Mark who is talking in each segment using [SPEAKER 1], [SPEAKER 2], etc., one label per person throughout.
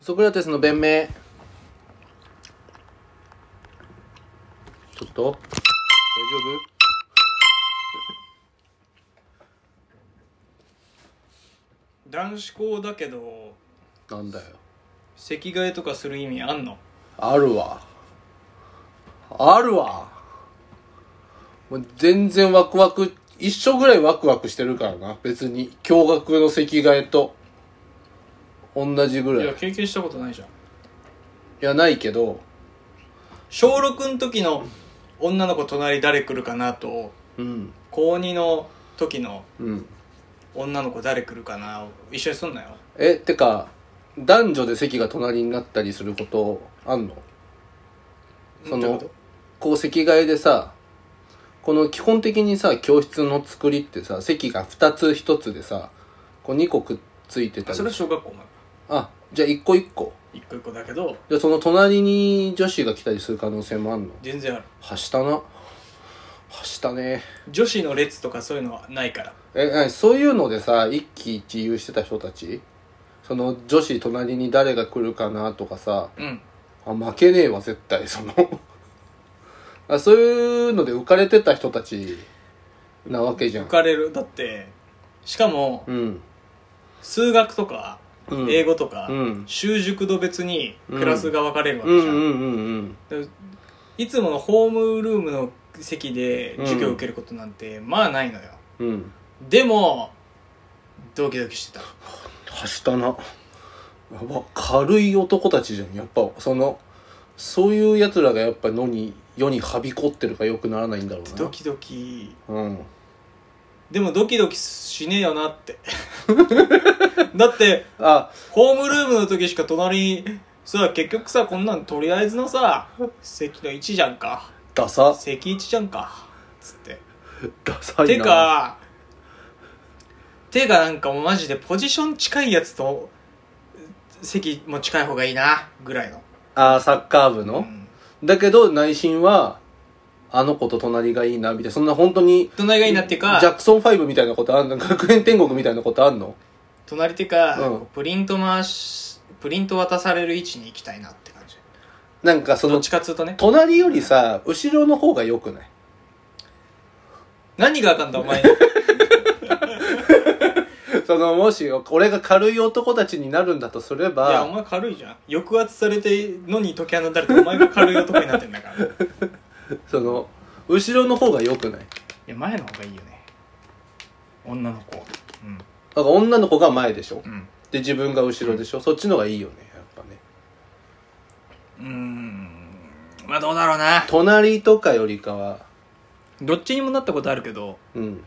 [SPEAKER 1] ソクラテスの弁明ちょっと大丈夫
[SPEAKER 2] 男子校だけど
[SPEAKER 1] なんだよ
[SPEAKER 2] 席替えとかする意味あんの
[SPEAKER 1] あるわあるわもう全然ワクワク一緒ぐらいワクワクしてるからな別に驚愕の席替えと同じぐ
[SPEAKER 2] い
[SPEAKER 1] らいい
[SPEAKER 2] や
[SPEAKER 1] や
[SPEAKER 2] 経験したことないじゃん
[SPEAKER 1] ないけど
[SPEAKER 2] 小6の時の女の子隣誰来るかなと
[SPEAKER 1] うん
[SPEAKER 2] 高2の時の
[SPEAKER 1] うん
[SPEAKER 2] 女の子誰来るかなを一緒にすんなよ
[SPEAKER 1] えてか男女で席が隣になったりすることあんのそ
[SPEAKER 2] どういう
[SPEAKER 1] の
[SPEAKER 2] こと
[SPEAKER 1] こう席替えでさこの基本的にさ教室の作りってさ席が2つ1つでさこう2個くっついてた
[SPEAKER 2] あ
[SPEAKER 1] り
[SPEAKER 2] それは小学校ま
[SPEAKER 1] あじゃあ1個1個
[SPEAKER 2] で一個一個だけど
[SPEAKER 1] じゃあその隣に女子が来たりする可能性もあんの
[SPEAKER 2] 全然ある
[SPEAKER 1] はしたなはしたね
[SPEAKER 2] 女子の列とかそういうのはないから
[SPEAKER 1] えなにそういうのでさ一喜一憂してた人たちその女子隣に誰が来るかなとかさ
[SPEAKER 2] うん
[SPEAKER 1] あ負けねえわ絶対その あそういうので浮かれてた人たちなわけじゃん
[SPEAKER 2] 浮かれるだってしかも
[SPEAKER 1] うん
[SPEAKER 2] 数学とか
[SPEAKER 1] うん
[SPEAKER 2] 英語とか、
[SPEAKER 1] うん
[SPEAKER 2] 習熟度別にクラスが分かれるわ
[SPEAKER 1] うん
[SPEAKER 2] け
[SPEAKER 1] う
[SPEAKER 2] じゃん、
[SPEAKER 1] んうんうん
[SPEAKER 2] だいつものホームルームの席で授業を受けることなんて、まあないのよ
[SPEAKER 1] うん
[SPEAKER 2] でもドキドキしてた
[SPEAKER 1] はしたなやば軽い男たちじゃんやっぱそのそういうやつらがやっぱのに世にはびこってるからよくならないんだろう
[SPEAKER 2] ド
[SPEAKER 1] な
[SPEAKER 2] キドキ
[SPEAKER 1] うん
[SPEAKER 2] でもドキドキしねえよなってだって
[SPEAKER 1] あ
[SPEAKER 2] ホームルームの時しか隣にさ結局さこんなんとりあえずのさ席の1じゃんか
[SPEAKER 1] ダサ
[SPEAKER 2] 席1じゃんかつって
[SPEAKER 1] ダサいな
[SPEAKER 2] てかてかなんかもうマジでポジション近いやつと席も近い方がいいなぐらいの、
[SPEAKER 1] あサッカー部
[SPEAKER 2] う
[SPEAKER 1] の、
[SPEAKER 2] ん、
[SPEAKER 1] だけど内心はあの子と隣がいいなみたいなそんな本当に
[SPEAKER 2] 隣がいいなっていう
[SPEAKER 1] ジャ
[SPEAKER 2] か
[SPEAKER 1] クソン5みたいなことあんの 学園天国みたいなことあんの
[SPEAKER 2] 隣っていうか、
[SPEAKER 1] うん
[SPEAKER 2] こうプリント回しプリント渡される位置に行きたいなって感じ
[SPEAKER 1] なんかそ
[SPEAKER 2] どっ
[SPEAKER 1] の
[SPEAKER 2] ちかっつうとね
[SPEAKER 1] 隣よりさ後ろの方が良くない
[SPEAKER 2] 何があかんだお前
[SPEAKER 1] そのもし俺が軽い男たちになるんだとすれ
[SPEAKER 2] いやお
[SPEAKER 1] ば
[SPEAKER 2] 前軽いじゃん抑圧されてのに解き放たれてお前が軽い男になってんだ からい
[SPEAKER 1] その後ろの方が良くない
[SPEAKER 2] や前の方がいいよね女の子うん
[SPEAKER 1] だから女の子が前でしょ
[SPEAKER 2] うん
[SPEAKER 1] で自分が後ろでしょ、そっちの方がいいよねやっぱね
[SPEAKER 2] うーんまあどうだろうな
[SPEAKER 1] 隣とかよりかは
[SPEAKER 2] どっちにもなったことあるけど
[SPEAKER 1] うん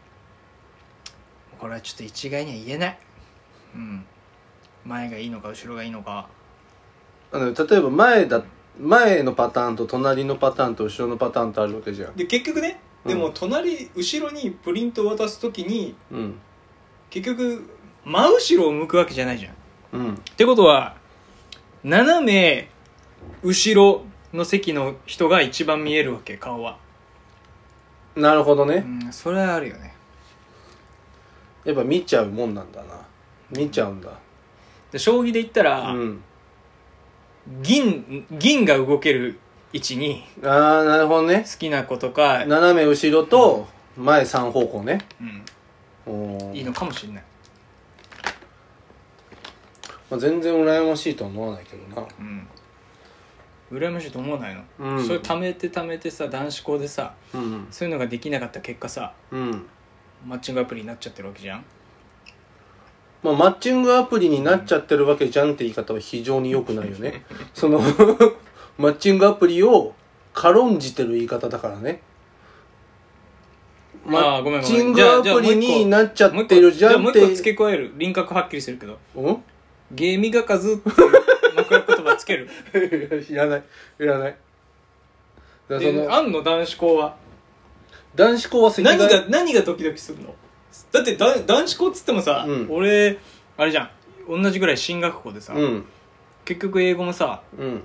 [SPEAKER 2] これはちょっと一概には言えないうん前がいいのか後ろがいいのか
[SPEAKER 1] あの例えば前だ前のパターンと隣のパターンと後ろのパターンとあるわけじゃん
[SPEAKER 2] で結局ね
[SPEAKER 1] うん
[SPEAKER 2] でも隣、後ろにプリントを渡す時に
[SPEAKER 1] うん
[SPEAKER 2] 結局真後ろを向くわけじゃないじゃんっ
[SPEAKER 1] うん
[SPEAKER 2] てことは斜め後ろの席の人が一番見えるわけ顔は
[SPEAKER 1] なるほどね、
[SPEAKER 2] うんそれはあるよね
[SPEAKER 1] やっぱ見ちゃうもんなんだな見ちゃうんだ
[SPEAKER 2] で将棋で言ったら、
[SPEAKER 1] うん
[SPEAKER 2] 銀銀が動ける位置に
[SPEAKER 1] ああなるほどね
[SPEAKER 2] 好きな子とか、
[SPEAKER 1] 斜め後ろと前3方向ね
[SPEAKER 2] うん、
[SPEAKER 1] お
[SPEAKER 2] いい
[SPEAKER 1] ー
[SPEAKER 2] のかもしれない、
[SPEAKER 1] まあ、全然羨ましいとは思わないけどな
[SPEAKER 2] うん、羨ましいと思わないの、
[SPEAKER 1] うん
[SPEAKER 2] それ貯めて貯めてさ男子校でさ
[SPEAKER 1] うん
[SPEAKER 2] そういうのができなかった結果さ
[SPEAKER 1] うん
[SPEAKER 2] マッチングアプリになっちゃってるわけじゃん
[SPEAKER 1] まあ、マッチングアプリになっちゃってるわけじゃんって言い方は非常に良くないよ ねその マッチングアプリを軽んじてる言い方だからね
[SPEAKER 2] あ
[SPEAKER 1] マ
[SPEAKER 2] ーごめんごめん
[SPEAKER 1] ッチング
[SPEAKER 2] じゃ
[SPEAKER 1] ア
[SPEAKER 2] あじゃあ
[SPEAKER 1] プリ
[SPEAKER 2] もう一個
[SPEAKER 1] になっちゃ
[SPEAKER 2] も
[SPEAKER 1] っ
[SPEAKER 2] う一個
[SPEAKER 1] てるじゃん
[SPEAKER 2] もう
[SPEAKER 1] っ
[SPEAKER 2] 一個
[SPEAKER 1] て
[SPEAKER 2] 付け加える輪郭はっきりするけど
[SPEAKER 1] うん
[SPEAKER 2] 「芸磨かず」っていう幕開言葉つける
[SPEAKER 1] いらないいらないだ からそ
[SPEAKER 2] で
[SPEAKER 1] の
[SPEAKER 2] あんの男子校は
[SPEAKER 1] 男子校は席替え
[SPEAKER 2] 何が何がドキドキするのだってだ男子校っつってもさ、
[SPEAKER 1] うん
[SPEAKER 2] 俺あれじゃん同じぐらい進学校でさ、
[SPEAKER 1] うん
[SPEAKER 2] 結局英語もさ
[SPEAKER 1] うん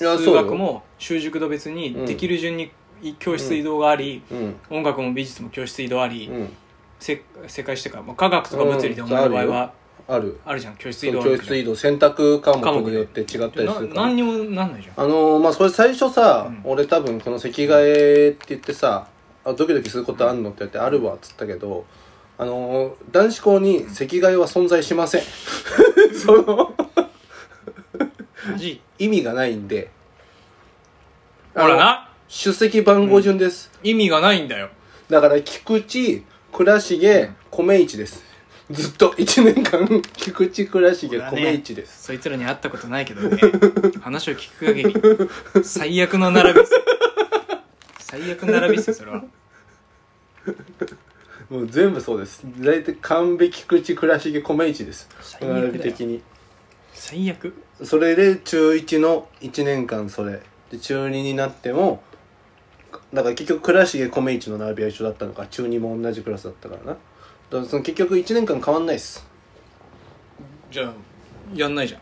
[SPEAKER 1] いや
[SPEAKER 2] 数学も習熟度別にできる順に教室移動があり、
[SPEAKER 1] うん
[SPEAKER 2] 音楽も美術も教室移動あり、
[SPEAKER 1] うん
[SPEAKER 2] せ世界史とか、まあ、科学とか物理で
[SPEAKER 1] う
[SPEAKER 2] お
[SPEAKER 1] ん
[SPEAKER 2] 前の場合は
[SPEAKER 1] ある
[SPEAKER 2] あるじゃん教室
[SPEAKER 1] そ
[SPEAKER 2] 移動
[SPEAKER 1] の
[SPEAKER 2] ある
[SPEAKER 1] 教
[SPEAKER 2] じゃん
[SPEAKER 1] 室移動選択科
[SPEAKER 2] 科
[SPEAKER 1] 目
[SPEAKER 2] 目
[SPEAKER 1] によって違ったりする
[SPEAKER 2] な
[SPEAKER 1] から
[SPEAKER 2] 何にもなんないじゃん
[SPEAKER 1] あのーまあそれ最初さ、俺多分この席替えって言ってさあドキドキすることあんのって言ってあるわっつったけどあのー男子校に席替えは存在しません その
[SPEAKER 2] マジ
[SPEAKER 1] 意味がないんで
[SPEAKER 2] ほら
[SPEAKER 1] あの
[SPEAKER 2] な
[SPEAKER 1] 出席番号順です、
[SPEAKER 2] 意味がないんだよ
[SPEAKER 1] だから菊池倉重米市ですずっと1年間 菊池倉重
[SPEAKER 2] 俺はね
[SPEAKER 1] 米市です、
[SPEAKER 2] そいつらに会ったことないけどね 話を聞く限り最悪の並びっす最悪の並びっすよそれは
[SPEAKER 1] もう全部そうです大体神戸菊池倉重米市です
[SPEAKER 2] 最悪だよ
[SPEAKER 1] 並び的に
[SPEAKER 2] 最悪
[SPEAKER 1] それで中1の1年間それで中2になってもだから結局倉重米一の並びは一緒だったのか中2も同じクラスだったからなだからその結局1年間変わんないっす
[SPEAKER 2] じゃあやんないじゃ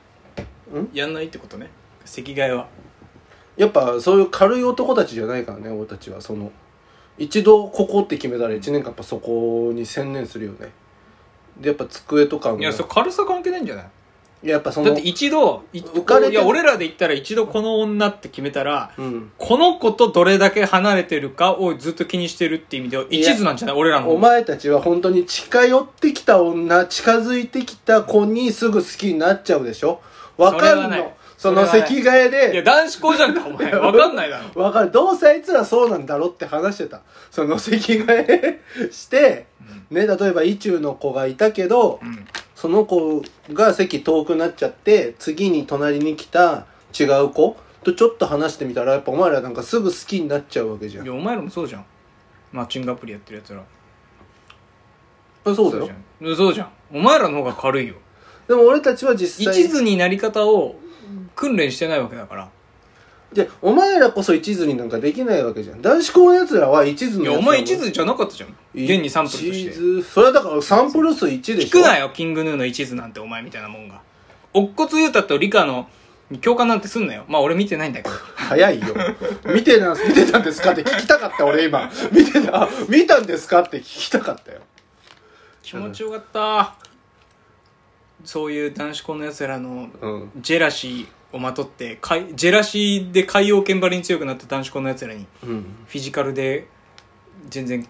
[SPEAKER 2] ん
[SPEAKER 1] ん
[SPEAKER 2] やんないってことね席替えは
[SPEAKER 1] やっぱそういう軽い男たちじゃないからね俺たちはその一度ここって決めたら1年間やっぱそこに専念するよねでやっぱ机とかも
[SPEAKER 2] いやそれ軽さ関係ないんじゃない
[SPEAKER 1] いややっぱそ
[SPEAKER 2] だっ
[SPEAKER 1] の
[SPEAKER 2] て一度い
[SPEAKER 1] 浮かれて
[SPEAKER 2] いや俺らで言ったら一度この女って決めたら
[SPEAKER 1] うん
[SPEAKER 2] この子とどれだけ離れてるかをずっと気にしてるって意味では一途なんじゃない俺らの方
[SPEAKER 1] お前たちは本当に近寄ってきた女近づいてきた子にすぐ好きになっちゃうでしょわか
[SPEAKER 2] それ
[SPEAKER 1] る
[SPEAKER 2] はない
[SPEAKER 1] のその
[SPEAKER 2] それはない
[SPEAKER 1] 席替え
[SPEAKER 2] いや
[SPEAKER 1] で
[SPEAKER 2] 男子校じゃんか お前わかんないだろ
[SPEAKER 1] わかるどうせあいつらそうなんだろって話してたその席替えして、ね例えば意中の子がいたけど、
[SPEAKER 2] ん
[SPEAKER 1] その子が席遠くなっちゃって次に隣に来た違う子とちょっと話してみたらやっぱお前らなんかすぐ好きになっちゃうわけじゃ
[SPEAKER 2] い
[SPEAKER 1] ん
[SPEAKER 2] やお前らもそうじゃんマッチングアプリやってるやつら
[SPEAKER 1] あそうだよ
[SPEAKER 2] じゃんそうじゃんお前らの方が軽いよ
[SPEAKER 1] でも俺たちは実際
[SPEAKER 2] 一途になり方を訓練してないわけだから
[SPEAKER 1] で、お前らこそ一途になんかできないわけじゃん。男子校の奴らは一途
[SPEAKER 2] い
[SPEAKER 1] の奴
[SPEAKER 2] や
[SPEAKER 1] ら
[SPEAKER 2] お
[SPEAKER 1] も
[SPEAKER 2] 前一途じゃなかったじゃん現にサンプルとして
[SPEAKER 1] 一途それはだからサンプル数1でし
[SPEAKER 2] 聞
[SPEAKER 1] ょ。
[SPEAKER 2] くなよキングヌーの一途なんてお前みたいなもんが乙骨裕太と理科の共感なんてすんなよまあ俺見てないんだけど
[SPEAKER 1] 早いよ。見てな、見てたんですかって聞きたかった、俺今。見てた、見たんですかって聞きたかったよ。
[SPEAKER 2] 気持ちよかったそういう男子校のやつらの
[SPEAKER 1] うん。
[SPEAKER 2] ジェラシーをまとってかいジェラシーで海洋剣張りに強くなった男子校のやつらに
[SPEAKER 1] うん。
[SPEAKER 2] フィジカルで全然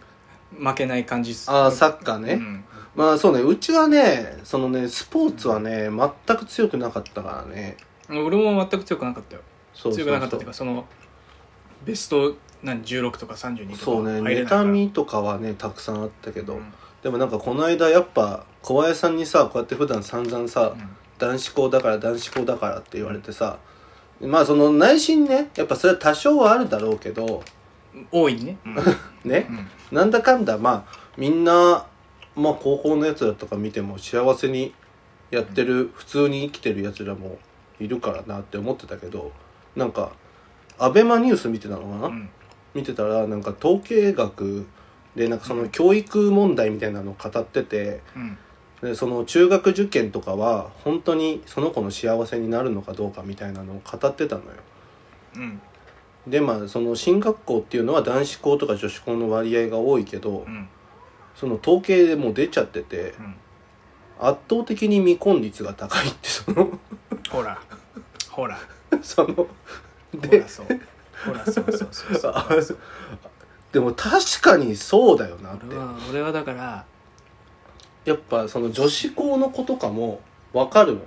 [SPEAKER 2] 負けない感じっす
[SPEAKER 1] ああ、サッカーね。
[SPEAKER 2] うん
[SPEAKER 1] まあそうね、うちはね、そのね、スポーツはね、全く強くなかったからね。
[SPEAKER 2] 俺も全く強くなかったよ
[SPEAKER 1] そうそうそう
[SPEAKER 2] 強くなかったっていうかそのベスト何16とか32とか
[SPEAKER 1] そうね、
[SPEAKER 2] 入れないから
[SPEAKER 1] 妬みとかはね、たくさんあったけど。
[SPEAKER 2] うん
[SPEAKER 1] でもなんかこの間やっぱ小林さんにさこうやって普段散々さ、
[SPEAKER 2] うん
[SPEAKER 1] 男子校だから男子校だからって言われてさまあその内心ねやっぱそれは多少はあるだろうけど
[SPEAKER 2] 大いにね、うん
[SPEAKER 1] ね、なんだかんだまあみんな、まあ、高校のやつらとか見ても幸せにやってる、普通に生きてるやつらもいるからなって思ってたけどなんかアベマニュース見てたのかな、
[SPEAKER 2] うん
[SPEAKER 1] 見てたらなんか統計学でなんかその教育問題みたいなのを語ってて。
[SPEAKER 2] うん
[SPEAKER 1] でその中学受験とかは本当にその子の幸せになるのかどうかみたいなのを語ってたのよ
[SPEAKER 2] うん
[SPEAKER 1] でまあその進学校っていうのは男子校とか女子校の割合が多いけど
[SPEAKER 2] うん
[SPEAKER 1] その統計でもう出ちゃってて
[SPEAKER 2] うん
[SPEAKER 1] 圧倒的に未婚率が高いってその
[SPEAKER 2] ほらほら
[SPEAKER 1] その
[SPEAKER 2] ほ
[SPEAKER 1] で
[SPEAKER 2] らそうほらそうそうそうそう
[SPEAKER 1] あでも確かにそうだよなっ
[SPEAKER 2] 俺
[SPEAKER 1] て
[SPEAKER 2] は俺はだから
[SPEAKER 1] やっぱその女子校の子とかも分かるもん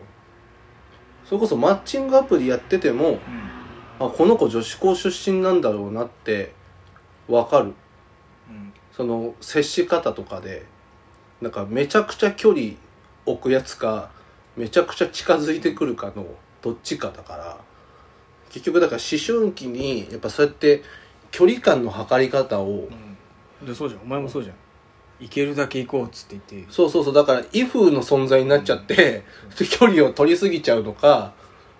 [SPEAKER 1] それこそマッチングアプリやってても
[SPEAKER 2] うん
[SPEAKER 1] あこの子女子校出身なんだろうなってわかる
[SPEAKER 2] うん
[SPEAKER 1] その接し方とかでなんかめちゃくちゃ距離置くやつかめちゃくちゃ近づいてくるかのどっちかだから結局だから思春期にやっぱそうやって距離感の測り方を
[SPEAKER 2] うんでそうじゃんお前もそうじゃん行けるだけ行こうっつって言って
[SPEAKER 1] そうそうそうだから「イフ」の存在になっちゃって、距離を取りすぎちゃうのか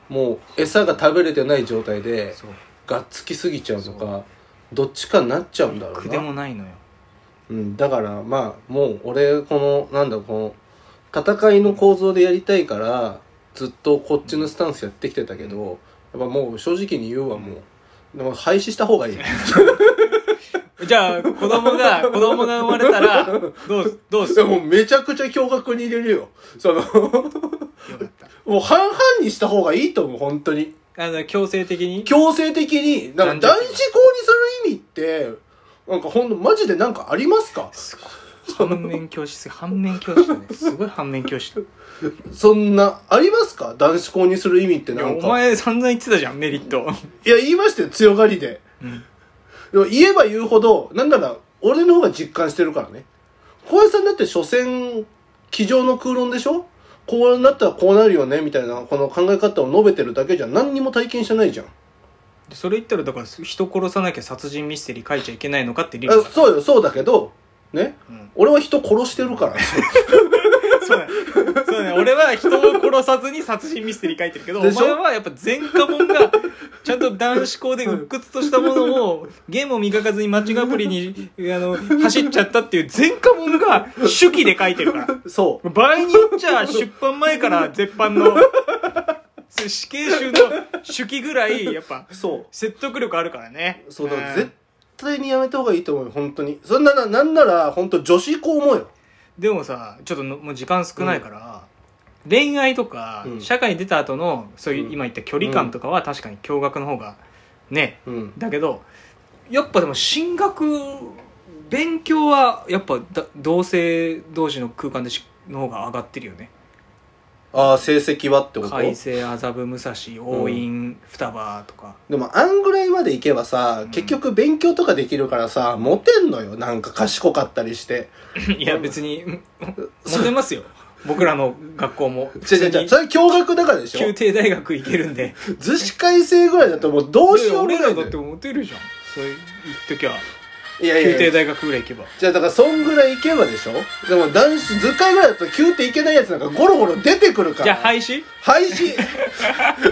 [SPEAKER 1] もう餌が食べれてない状態で
[SPEAKER 2] そう
[SPEAKER 1] がっつきすぎちゃうの
[SPEAKER 2] そ
[SPEAKER 1] かどっちかになっちゃうんだろうな
[SPEAKER 2] 苦でもないのよ
[SPEAKER 1] うん、だからまあもう俺このなんだこの戦いの構造でやりたいからずっとこっちのスタンスやってきてたけ ど、やっぱもう正直に言うわもう、でも廃止した方がいい
[SPEAKER 2] じゃあ、子供が、子供が生まれたら、どう、どうす
[SPEAKER 1] で
[SPEAKER 2] る
[SPEAKER 1] もうめちゃくちゃ驚愕に入れるよ。その、
[SPEAKER 2] よかった。
[SPEAKER 1] もう半々にした方がいいと思う、本当に。
[SPEAKER 2] あの、強制的に
[SPEAKER 1] 強制的に、なんか男
[SPEAKER 2] 男
[SPEAKER 1] 子
[SPEAKER 2] 女
[SPEAKER 1] 校にする意味って、なんかほんの、マジでなんかありますか
[SPEAKER 2] すごい。反面教師、反面教師だね。すごい反面教師だ。
[SPEAKER 1] そんな、ありますか男子校にする意味って
[SPEAKER 2] い
[SPEAKER 1] な
[SPEAKER 2] や、
[SPEAKER 1] ん
[SPEAKER 2] お
[SPEAKER 1] か。
[SPEAKER 2] 前散々言ってたじゃん、メリット。
[SPEAKER 1] いや、言いましたよ、強がりで。
[SPEAKER 2] うん。
[SPEAKER 1] でも言えば言うほど、なんなら、俺の方が実感してるからね。小林さんだって、所詮、机上の空論でしょこうなったらこうなるよね、みたいな、この考え方を述べてるだけじゃ、何にも体験してないじゃん。
[SPEAKER 2] でそれ言ったら、だから、人殺さなきゃ殺人ミステリー書いちゃいけないのかって理
[SPEAKER 1] あ
[SPEAKER 2] 論だか
[SPEAKER 1] そうよ、そうだけど、ね。
[SPEAKER 2] ら。うん
[SPEAKER 1] 俺は人殺してるから。
[SPEAKER 2] そうだね。そうだね。俺は人を殺さずに殺人ミステリー書いてるけど、お
[SPEAKER 1] でしょ
[SPEAKER 2] 前はやっぱ前科者が、ちゃんと男子校で鬱屈としたものを、ゲームを磨かずにマッチングアプリに、あの、走っちゃったっていう前科者が手記で書いてるから。
[SPEAKER 1] そう。
[SPEAKER 2] 場合によっちゃ出版前から絶版の、死刑囚の手記ぐらい、やっぱ、
[SPEAKER 1] そう。
[SPEAKER 2] 説得力あるからね。
[SPEAKER 1] そうだから
[SPEAKER 2] ん
[SPEAKER 1] 絶対にやめた方がいいと思うよ本当にそんなななんなら本当女子校もよ
[SPEAKER 2] でもさちょっとのもう時間少ないから、恋愛とか、
[SPEAKER 1] うん
[SPEAKER 2] 社会に出た後のそういううん今言った距離感とかは確かに驚愕の方がね
[SPEAKER 1] うん
[SPEAKER 2] だけどやっぱでも進学勉強はやっぱだ同性同士の空間でしの方が上がってるよね
[SPEAKER 1] ああ成績はってこと
[SPEAKER 2] 海星麻布武蔵王院双葉と か、
[SPEAKER 1] でもあんぐらいまでいけばさ、
[SPEAKER 2] ん
[SPEAKER 1] 結局勉強とかできるからさモテんのよなんか賢かったりして
[SPEAKER 2] いや別にうん モテますよ僕らの学校も
[SPEAKER 1] 違う違う違うそれ驚愕だからでし
[SPEAKER 2] 宮
[SPEAKER 1] ょ
[SPEAKER 2] 廷大学行けるんで
[SPEAKER 1] 図子改正ぐらいだともうどうしようぐ
[SPEAKER 2] 俺
[SPEAKER 1] ら
[SPEAKER 2] ら
[SPEAKER 1] い
[SPEAKER 2] だ
[SPEAKER 1] だ
[SPEAKER 2] って
[SPEAKER 1] よ
[SPEAKER 2] モテるじゃんそういう言っときゃ
[SPEAKER 1] いやい
[SPEAKER 2] 宮
[SPEAKER 1] や
[SPEAKER 2] 廷
[SPEAKER 1] いや
[SPEAKER 2] 大学ぐらい行けば
[SPEAKER 1] じゃあだからそんぐらいいけばでしょでも男子図解ぐらいだと9点いけないやつなんかゴロゴロ出てくるから
[SPEAKER 2] じゃあ廃止
[SPEAKER 1] 廃止